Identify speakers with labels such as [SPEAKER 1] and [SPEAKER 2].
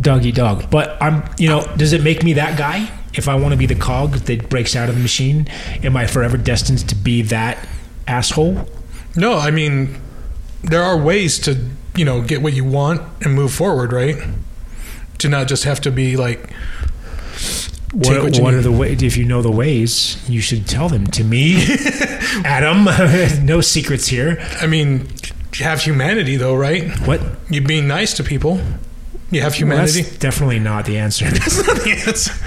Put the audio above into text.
[SPEAKER 1] doggy dog. But I'm, you know, does it make me that guy? If I want to be the cog that breaks out of the machine, am I forever destined to be that asshole?
[SPEAKER 2] No, I mean, there are ways to, you know, get what you want and move forward, right? To not just have to be like, Take what
[SPEAKER 1] What,
[SPEAKER 2] you
[SPEAKER 1] what
[SPEAKER 2] need.
[SPEAKER 1] are the ways? If you know the ways, you should tell them to me, Adam. no secrets here.
[SPEAKER 2] I mean, have humanity though, right?
[SPEAKER 1] What?
[SPEAKER 2] You being nice to people. You have
[SPEAKER 1] Well,
[SPEAKER 2] humanity.
[SPEAKER 1] that's definitely not the answer.
[SPEAKER 2] That's not the answer.